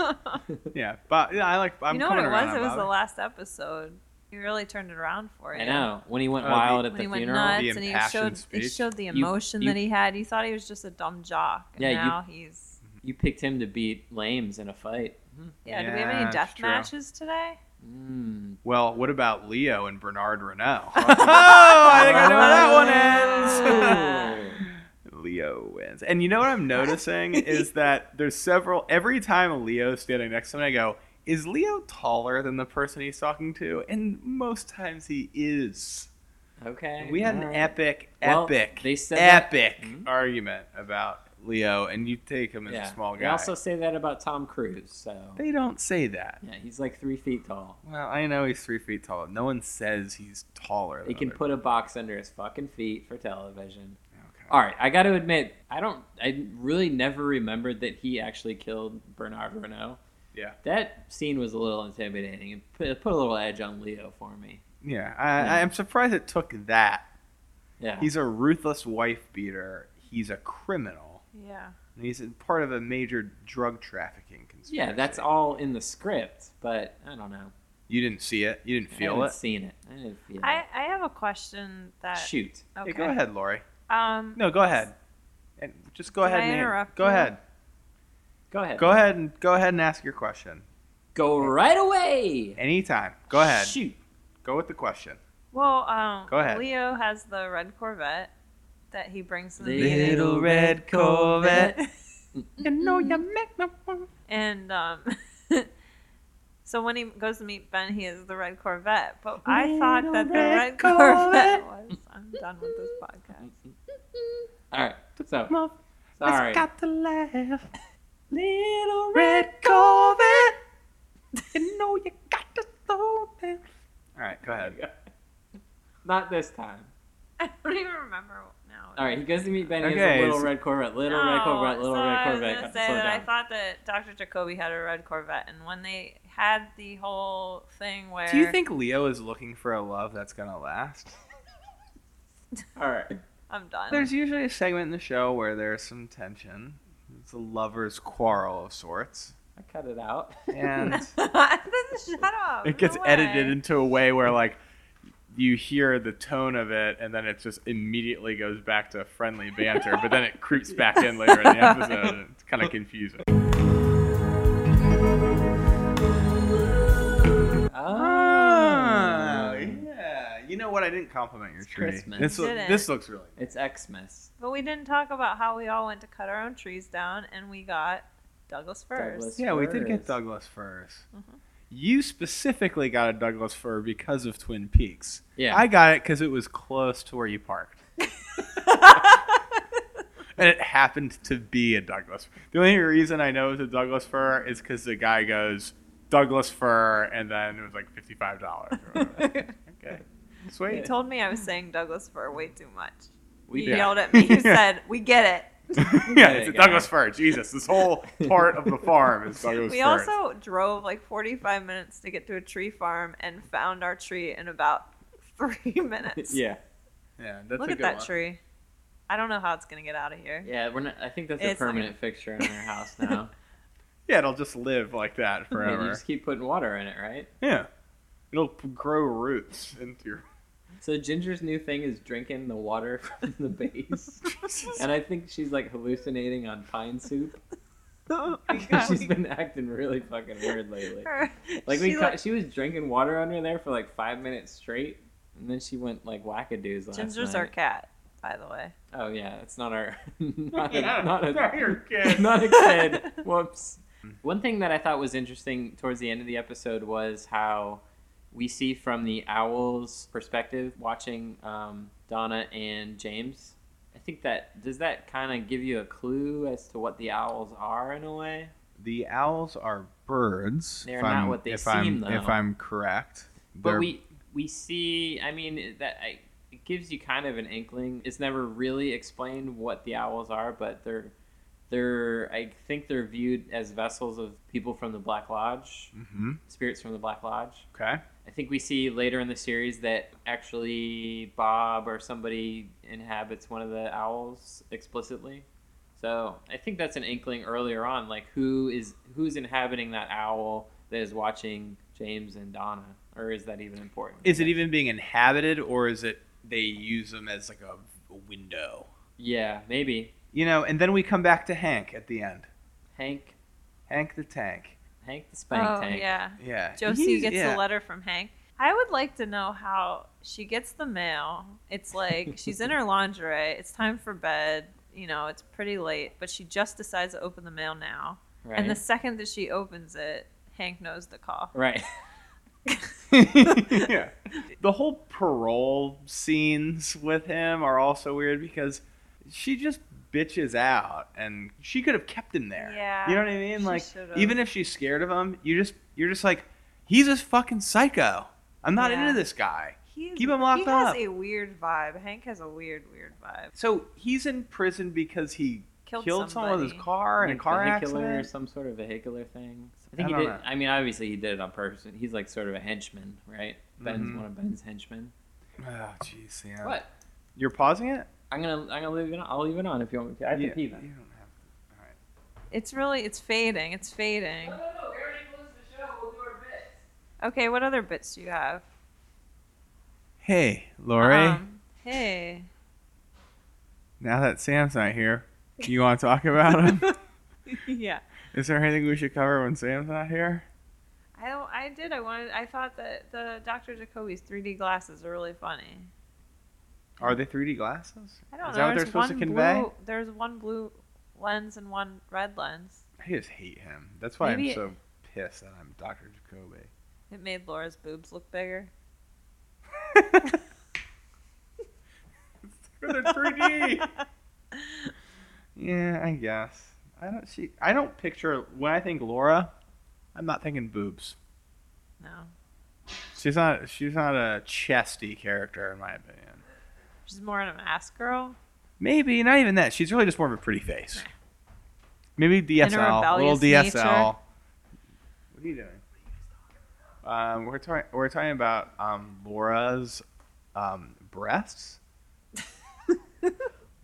Speaker 2: yeah. But yeah, I like. I'm
Speaker 3: know what
Speaker 2: coming
Speaker 3: it
Speaker 2: around
Speaker 3: was?
Speaker 2: on
Speaker 3: It was the
Speaker 2: Bobby.
Speaker 3: last episode. You really turned it around for you.
Speaker 1: I know. When he went
Speaker 2: Oh, the-
Speaker 1: wild
Speaker 3: When
Speaker 1: at the
Speaker 3: he went
Speaker 1: funeral.
Speaker 3: nuts
Speaker 2: The
Speaker 3: and he
Speaker 2: impassioned
Speaker 3: showed, he
Speaker 2: speech.
Speaker 3: showed the
Speaker 1: You-
Speaker 3: emotion
Speaker 1: you-
Speaker 3: that he had. You thought he was just a dumb jock. And
Speaker 1: Yeah, you-
Speaker 3: now he's.
Speaker 1: You picked him to beat Lames in a fight.
Speaker 3: Yeah, do we have
Speaker 2: Yeah,
Speaker 3: any
Speaker 2: it's
Speaker 3: death
Speaker 2: true.
Speaker 3: matches today?
Speaker 1: Mm.
Speaker 2: Well, what about Leo and Bernard Renault? oh,
Speaker 3: I
Speaker 2: I think I know where
Speaker 1: Mm,
Speaker 2: that one ends.
Speaker 3: Ah.
Speaker 2: Leo wins. And you know what I'm noticing is that there's several every time Leo's standing next to someone, I go, is Leo taller than the person he's talking to? And most times he is.
Speaker 1: okay.
Speaker 2: We had an
Speaker 1: alright.
Speaker 2: epic,
Speaker 1: Well,
Speaker 2: epic,
Speaker 1: they said that-
Speaker 2: epic
Speaker 1: Mhm.
Speaker 2: argument about Leo, and you take him as a small
Speaker 1: They
Speaker 2: guy.
Speaker 1: also say that about Tom Cruise. So
Speaker 2: they don't say that.
Speaker 1: yeah, he's like three feet tall.
Speaker 2: Well, I know he's three feet tall. No one says he's taller.
Speaker 1: He
Speaker 2: than
Speaker 1: can
Speaker 2: other-
Speaker 1: put a box under his fucking feet for television.
Speaker 2: Okay.
Speaker 1: All right, I got to admit, I don't. I really never remembered that he actually killed Bernard Renault.
Speaker 2: Yeah.
Speaker 1: That scene was a little intimidating. It put, it put a little edge on Leo for me.
Speaker 2: Yeah, I,
Speaker 1: Yeah.
Speaker 2: I'm surprised it took that.
Speaker 1: Yeah.
Speaker 2: He's a ruthless wife beater. He's a criminal.
Speaker 3: Yeah.
Speaker 2: And he's a part of a major drug trafficking conspiracy.
Speaker 1: yeah, that's all in the script, but I don't know.
Speaker 2: You didn't see it. You didn't
Speaker 1: I
Speaker 2: feel
Speaker 1: haven't
Speaker 2: it.
Speaker 1: seen it. I didn't feel
Speaker 3: I, uh, I have a question that.
Speaker 1: it. Shoot.
Speaker 3: Okay.
Speaker 2: Hey, go ahead, Lori.
Speaker 3: Um,
Speaker 2: No, go ahead. And just go
Speaker 3: Did
Speaker 2: ahead
Speaker 3: I
Speaker 2: and
Speaker 3: interrupt
Speaker 2: go
Speaker 3: you?
Speaker 2: ahead.
Speaker 1: Go ahead.
Speaker 2: Go ahead and go ahead and ask your question.
Speaker 1: Go right away.
Speaker 2: Anytime. Go ahead.
Speaker 1: Shoot.
Speaker 2: Go with the question.
Speaker 3: Well, um,
Speaker 2: Go ahead.
Speaker 3: Leo has the red Corvette that he brings in the
Speaker 1: Little
Speaker 3: beginning.
Speaker 1: red Corvette.
Speaker 2: You know you make no
Speaker 3: And um, so when he goes to meet Ben, he has the red Corvette. But I thought
Speaker 2: Little
Speaker 3: that the
Speaker 2: red
Speaker 3: red
Speaker 2: Corvette.
Speaker 3: Corvette was. I'm done with this podcast.
Speaker 1: All right. So
Speaker 2: Motherfucker's
Speaker 1: sorry.
Speaker 2: got to laugh. Little red Corvette. You know you got to slow down. All right, go ahead.
Speaker 1: Not this time.
Speaker 3: I don't even remember now.
Speaker 1: All right, he goes to meet Benny
Speaker 2: Okay,
Speaker 1: as a little
Speaker 2: so-
Speaker 1: red Corvette, little red
Speaker 3: No,
Speaker 1: Corvette, little
Speaker 3: so
Speaker 1: red
Speaker 3: Oh, I was
Speaker 1: Corvette.
Speaker 3: gonna
Speaker 1: Slow
Speaker 3: say that I
Speaker 1: down.
Speaker 3: thought that Dr. Jacoby had a red Corvette, and when they had the whole thing where
Speaker 2: Do you think Leo is looking for a love that's gonna last?
Speaker 1: All right.
Speaker 3: I'm done.
Speaker 2: There's usually a segment in the show where there's some tension. It's a lover's quarrel of sorts.
Speaker 1: I cut it out.
Speaker 2: And
Speaker 3: Shut up.
Speaker 2: it gets
Speaker 3: No
Speaker 2: edited
Speaker 3: way.
Speaker 2: into a way where like you hear the tone of it and then it just immediately goes back to friendly banter, but then it creeps back in later in the episode. It's kind of confusing.
Speaker 1: oh.
Speaker 2: yeah. You know what? I didn't compliment your
Speaker 1: It's
Speaker 2: tree.
Speaker 1: Christmas.
Speaker 2: This, lo-
Speaker 3: Didn't.
Speaker 2: this looks really
Speaker 1: It's Xmas.
Speaker 3: But we didn't talk about how we all went to cut our own trees down, and we got Douglas firs.
Speaker 1: Douglas.
Speaker 2: Yeah, we did get
Speaker 1: Furs.
Speaker 2: Douglas firs.
Speaker 3: Mhm.
Speaker 2: You specifically got a Douglas fir because of Twin Peaks.
Speaker 1: Yeah.
Speaker 2: I got it because it was close to where you parked, and it happened to be a Douglas. The only reason I know it's a Douglas fir is because the guy goes Douglas fir, and then it was like fifty-five dollars. okay,
Speaker 3: you
Speaker 2: sweet.
Speaker 3: told me I was saying Douglas fir way too much.
Speaker 1: we
Speaker 3: you
Speaker 1: did.
Speaker 3: yelled at me. You said, "We get it."
Speaker 2: yeah, it's a Douglas fir. Jesus, this whole part of the farm is Douglas
Speaker 3: We
Speaker 2: fir.
Speaker 3: also drove like 45 minutes to get to a tree farm and found our tree in about three minutes.
Speaker 1: Yeah.
Speaker 2: yeah, that's
Speaker 3: Look
Speaker 2: a
Speaker 3: at
Speaker 2: good
Speaker 3: that
Speaker 2: one.
Speaker 3: tree. I don't know how it's gonna get out of here.
Speaker 1: Yeah, we're not, I think that's a
Speaker 3: It's not
Speaker 1: permanent fixture in our house now.
Speaker 2: Yeah, it'll just live like that
Speaker 1: Yeah,
Speaker 2: forever.
Speaker 1: you just keep putting water in it, right?
Speaker 2: Yeah. It'll p- grow roots into your.
Speaker 1: So Ginger's new thing is drinking the water from the base. and I think she's like hallucinating on pine soup.
Speaker 3: Oh my
Speaker 1: because
Speaker 3: God,
Speaker 1: she's
Speaker 3: we-
Speaker 1: been acting really fucking weird lately.
Speaker 3: her-
Speaker 1: Like we,
Speaker 3: she
Speaker 1: she,
Speaker 3: looked-
Speaker 1: she was drinking water under there for like five minutes straight, and then she went like wackadoos last
Speaker 3: Ginger's
Speaker 1: night.
Speaker 3: our cat. by the way.
Speaker 1: Oh yeah, it's not our not, a,
Speaker 2: Yeah,
Speaker 1: not, a,
Speaker 2: not your kid.
Speaker 1: not a kid. Whoops. One thing that I thought was interesting towards the end of the episode was how we see from the owl's perspective watching um, Donna and James. I think that does that kind of give you a clue as to what the owls are in a way.
Speaker 2: The owls are birds.
Speaker 1: They're
Speaker 2: if
Speaker 1: not
Speaker 2: I'm-
Speaker 1: what they
Speaker 2: if
Speaker 1: seem,
Speaker 2: I'm,
Speaker 1: though.
Speaker 2: If I'm correct,
Speaker 1: But
Speaker 2: They're-
Speaker 1: we we see. I mean that I, it gives you kind of an inkling. It's never really explained what the owls are, but they're they're I think they're viewed as vessels of people from the Black Lodge,
Speaker 2: Mhm.
Speaker 1: spirits from the Black Lodge.
Speaker 2: Okay.
Speaker 1: I think we see later in the series that actually Bob or somebody inhabits one of the owls explicitly. So I think that's an inkling earlier on, like who is who's inhabiting that owl that is watching James and Donna, or is that even important?
Speaker 2: Is it even being inhabited, or is it they use them as like a window?
Speaker 1: Yeah, maybe
Speaker 2: You know, and then we come back to Hank at the end.
Speaker 1: Hank,
Speaker 2: Hank the Tank.
Speaker 1: Hank the Spank
Speaker 3: oh
Speaker 1: Tank.
Speaker 3: yeah.
Speaker 2: Yeah.
Speaker 3: Josie
Speaker 2: He's-
Speaker 3: gets
Speaker 2: yeah.
Speaker 3: a letter from Hank. I would like to know how she gets the mail. It's like she's in her lingerie. It's time for bed. You know, it's pretty late, but she just decides to open the mail now.
Speaker 1: Right.
Speaker 3: And the second that she opens it, Hank knows the call.
Speaker 1: right.
Speaker 2: yeah. The whole parole scenes with him are also weird because she just bitches out and she could have kept him there.
Speaker 3: Yeah,
Speaker 2: You know what I mean?
Speaker 3: she
Speaker 2: Like
Speaker 3: should've.
Speaker 2: even if she's scared of him, you just you're just like, he's a fucking psycho. I'm not
Speaker 3: Yeah.
Speaker 2: into this guy.
Speaker 3: He's,
Speaker 2: Keep him locked
Speaker 3: he has
Speaker 2: up.
Speaker 3: a weird vibe. Hank has a weird, weird vibe.
Speaker 2: So he's in prison because he
Speaker 3: Killed
Speaker 2: killed, someone with his
Speaker 3: somebody.
Speaker 2: car in a
Speaker 1: Like
Speaker 2: car
Speaker 1: vehicular or
Speaker 2: accident.
Speaker 1: some sort of vehicular thing. I
Speaker 2: I
Speaker 1: think
Speaker 2: don't
Speaker 1: he did.
Speaker 2: know.
Speaker 1: I mean, obviously he did it on purpose. He's like sort of a henchman, right? Ben's
Speaker 2: Mhm.
Speaker 1: one of Ben's henchmen.
Speaker 2: Oh jeez, yeah.
Speaker 1: What?
Speaker 2: You're pausing it?
Speaker 1: I'm gonna I'm gonna leave it. On. I'll leave it on if you want me to. I have
Speaker 2: You-
Speaker 1: to pee
Speaker 2: you
Speaker 1: then.
Speaker 2: don't have-
Speaker 3: It's really, it's fading. It's fading.
Speaker 1: no, no. We already closed the show. We'll do our bit.
Speaker 3: Okay, what other bits do you have?
Speaker 2: Hey, Lori.
Speaker 3: Um, hey.
Speaker 2: Now that Sam's not here, do you want to talk about him?
Speaker 3: yeah.
Speaker 2: Is there anything we should cover when Sam's not here?
Speaker 3: I don't, I did. I wanted. I thought that the Dr. Jacoby's 3D glasses are really funny.
Speaker 2: Are they 3D glasses?
Speaker 3: I don't
Speaker 2: Is that
Speaker 3: know.
Speaker 2: what they're
Speaker 3: there's
Speaker 2: supposed to
Speaker 3: one
Speaker 2: convey?
Speaker 3: Blue, there's one blue lens and one red lens.
Speaker 2: I just hate him. That's why
Speaker 3: Maybe-
Speaker 2: I'm so pissed that I'm Dr. Jacoby.
Speaker 3: It made Laura's boobs look bigger.
Speaker 2: They're 3D. yeah, I guess. I don't see. I don't picture when I think Laura. I'm not thinking boobs.
Speaker 3: No,
Speaker 2: She's not. She's not a chesty character in my opinion.
Speaker 3: she's more of an ass girl.
Speaker 2: Maybe not even that. She's really just more of a pretty face. Maybe DSL, little
Speaker 3: rebellious
Speaker 2: DSL. What are you doing? Um, we're talking. We're talking about um, Laura's um, breasts.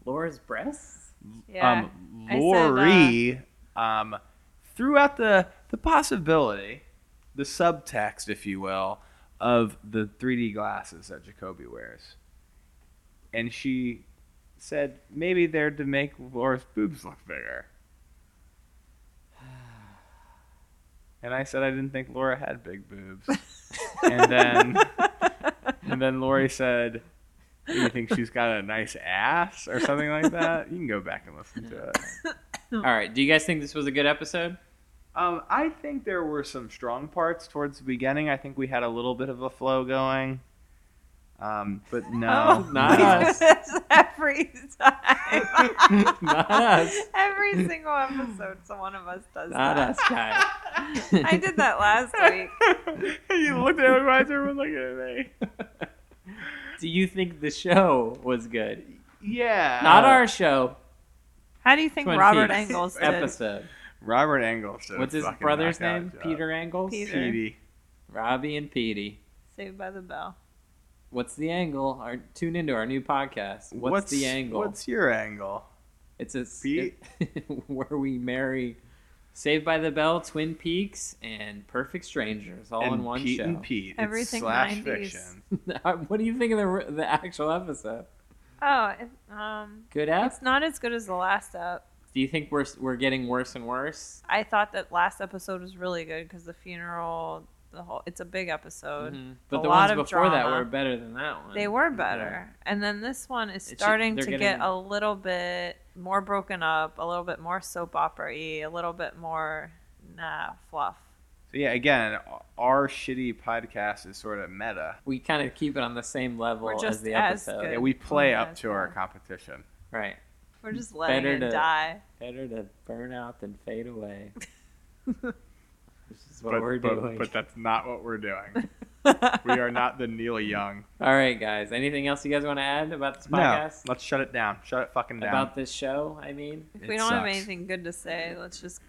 Speaker 1: Laura's breasts.
Speaker 3: Yeah.
Speaker 2: Um,
Speaker 3: I said,
Speaker 2: Lori um, threw out the the possibility, the subtext, if you will, of the 3D glasses that Jacoby wears, and she said maybe they're to make Laura's boobs look bigger. And I said I didn't think Laura had big boobs. and then- And then Lori said, "Do "You think she's got a nice ass or something like that?" You can go back and listen to it.
Speaker 1: All right. Do you guys think this was a good episode?
Speaker 2: Um, I think there were some strong parts towards the beginning. I think we had a little bit of a flow going. Um, but no,
Speaker 1: Oh, not
Speaker 2: no.
Speaker 1: us.
Speaker 3: This every time.
Speaker 1: Not us.
Speaker 3: Every single episode, so one of us does
Speaker 1: Not
Speaker 3: that.
Speaker 1: us, guy.
Speaker 3: I did that last week.
Speaker 2: you looked at everybody, everyone looking at me.
Speaker 1: Do you think the show was good?
Speaker 2: Yeah,
Speaker 1: Not our show
Speaker 3: How do you think
Speaker 1: Twin
Speaker 3: Robert
Speaker 1: Peaks
Speaker 3: Engels did?
Speaker 1: episode.
Speaker 2: Robert Engels. did a
Speaker 1: What's his
Speaker 2: fucking
Speaker 1: brother's
Speaker 2: knockout
Speaker 1: name?
Speaker 2: job.
Speaker 1: Peter Angles.
Speaker 3: Peter.
Speaker 2: Petey.
Speaker 1: Robbie and Petey.
Speaker 3: Saved by the Bell.
Speaker 1: What's the angle? Our, tune into our new podcast. What's, the angle?
Speaker 2: What's your angle?
Speaker 1: It's a
Speaker 2: Pete?
Speaker 1: it- where we marry Saved by the Bell, Twin Peaks, and Perfect Strangers all
Speaker 2: and
Speaker 1: in one
Speaker 2: Pete
Speaker 1: show. Uh,
Speaker 2: and Pete. It's
Speaker 3: Everything
Speaker 2: slash
Speaker 3: 90s.
Speaker 2: fiction.
Speaker 1: what do you think of the the actual episode?
Speaker 3: Oh, it, um,
Speaker 1: Good app.
Speaker 3: it's not as good as the last up.
Speaker 1: Do you think we're we're getting worse and worse?
Speaker 3: I thought that last episode was really good because the funeral, the whole. It's a big episode.
Speaker 1: Mhm. But
Speaker 3: A
Speaker 1: the
Speaker 3: lot
Speaker 1: ones
Speaker 3: of
Speaker 1: before that
Speaker 3: drama.
Speaker 1: were better than that one.
Speaker 3: They were better, and then this one is
Speaker 1: It's ju-
Speaker 3: starting
Speaker 1: they're
Speaker 3: to get
Speaker 1: getting-
Speaker 3: a little bit more broken up, a little bit more soap opera-y, a little bit more nah fluff.
Speaker 2: So yeah, again, our shitty podcast is sort of meta.
Speaker 1: We kind of keep it on the same level
Speaker 3: We're
Speaker 1: as
Speaker 3: just
Speaker 1: the
Speaker 3: as
Speaker 1: episode.
Speaker 2: Yeah,
Speaker 3: good.
Speaker 2: we play
Speaker 3: Yeah,
Speaker 2: up to our
Speaker 3: yeah.
Speaker 2: competition.
Speaker 1: Right.
Speaker 3: We're just letting
Speaker 1: Better
Speaker 3: it
Speaker 1: to-
Speaker 3: die.
Speaker 1: Better to burn out than fade away. Which is what
Speaker 2: But,
Speaker 1: we're
Speaker 2: but,
Speaker 1: doing.
Speaker 2: but that's not what we're doing. we are not the Neil Young.
Speaker 1: All right, guys. Anything else you guys want to add about this
Speaker 2: No,
Speaker 1: podcast?
Speaker 2: let's shut it down. Shut it fucking down.
Speaker 1: about this show, I mean?
Speaker 3: If
Speaker 2: It
Speaker 3: we don't have
Speaker 2: sucks.
Speaker 3: anything good to say, let's just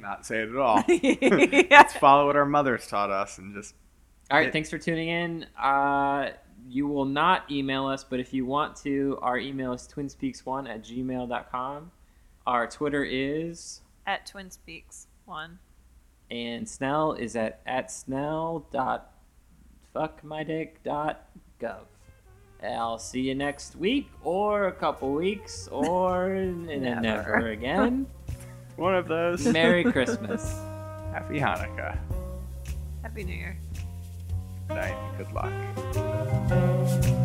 Speaker 2: not say it at
Speaker 1: Oh.
Speaker 2: all.
Speaker 3: yeah.
Speaker 2: let's follow what our mothers taught us and just
Speaker 1: All right,
Speaker 2: It-
Speaker 1: thanks for tuning in. Uh, you will not email us, but if you want to, our email is twinspeaks1 at gmail.com. Our Twitter is,
Speaker 3: At Twin Speaks one.
Speaker 1: and Snell is at, at snell dot dot gov. I'll see you next week, or a couple weeks, or n- never.
Speaker 3: Never.
Speaker 1: again.
Speaker 2: one of those.
Speaker 1: Merry Christmas.
Speaker 2: Happy Hanukkah.
Speaker 3: Happy New Year.
Speaker 2: Night. Good luck.